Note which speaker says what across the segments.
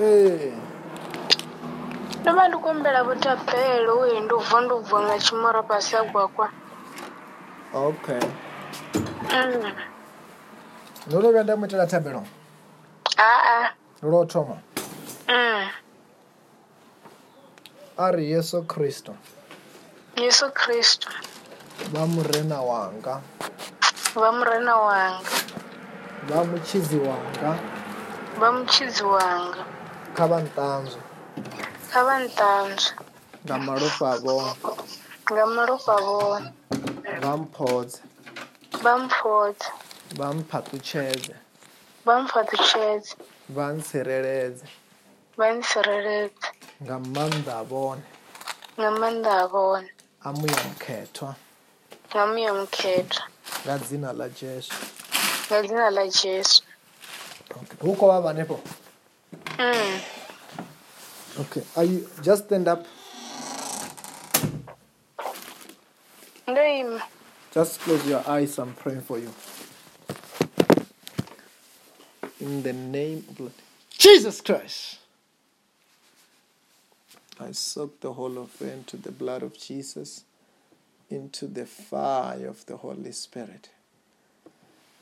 Speaker 1: ee
Speaker 2: ndo vha ndi khou humbela vhutapelo uye ndi u bva ndi u bva nga tshimoro fhasi ha gwagwa
Speaker 1: okay
Speaker 2: Mm.
Speaker 1: ndo no vhuya nda mu itela thabelo
Speaker 2: aa
Speaker 1: lwo thoma
Speaker 2: Mm.
Speaker 1: a ri yesu khristo
Speaker 2: yesu khristu
Speaker 1: vha murena wanga
Speaker 2: vha murena wanga
Speaker 1: vha mutshidzi wanga
Speaker 2: vha mutshidzi wanga
Speaker 1: kha vha nṱanzwe
Speaker 2: kha vha nṱanzwe
Speaker 1: nga malofha a vhone
Speaker 2: nga malofha vhone
Speaker 1: vha mphodze
Speaker 2: vha mpfhodze
Speaker 1: vha mphaṱutshedze
Speaker 2: vha mpfhaṱutshedze
Speaker 1: vha ntsireledze
Speaker 2: vha ntsireledze
Speaker 1: nga maanḓa a vhone
Speaker 2: nga maanḓa a vhone
Speaker 1: a muya mukhethwa
Speaker 2: nga muyo mukhetho
Speaker 1: nga dzina ḽa jesu
Speaker 2: nga dzina ḽa jesu
Speaker 1: Okay. hu khou vha vhanefho
Speaker 2: Mm.
Speaker 1: okay are you just stand up
Speaker 2: ndo ima
Speaker 1: Just close your eyes. I'm praying for you. In the name of Lord Jesus Christ. I soak the whole of you into the blood of Jesus, into the fire of the Holy Spirit.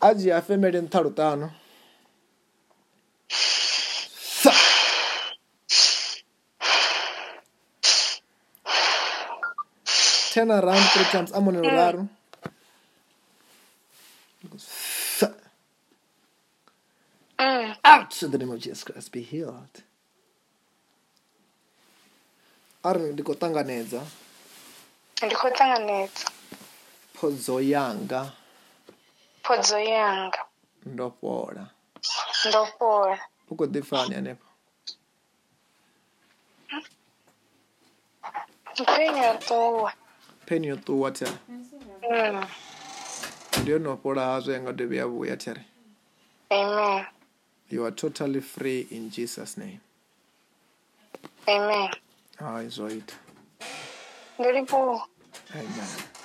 Speaker 1: Aji afemele ntharu tano. Sa. Turn around three times. Amone raru. Sa.
Speaker 2: Mm.
Speaker 1: out in the name of Jesus Christ be healed arali ndi khou ṱanganedza
Speaker 2: ndi khou ṱanganedza
Speaker 1: phodzo yanga
Speaker 2: phodzo yanga
Speaker 1: ndo fhola
Speaker 2: ndo fhola
Speaker 1: u khou ḓipfa hani hanefho
Speaker 2: mpfheni ya ṱuwa
Speaker 1: pheni yo ṱuwa there
Speaker 2: Mm.
Speaker 1: ndi yo no fhola hazwo ya nga dovhi ya vhuya there
Speaker 2: amen
Speaker 1: you are totally free in jesus name
Speaker 2: amen
Speaker 1: hai zwo ita
Speaker 2: ndo livhuwa
Speaker 1: amen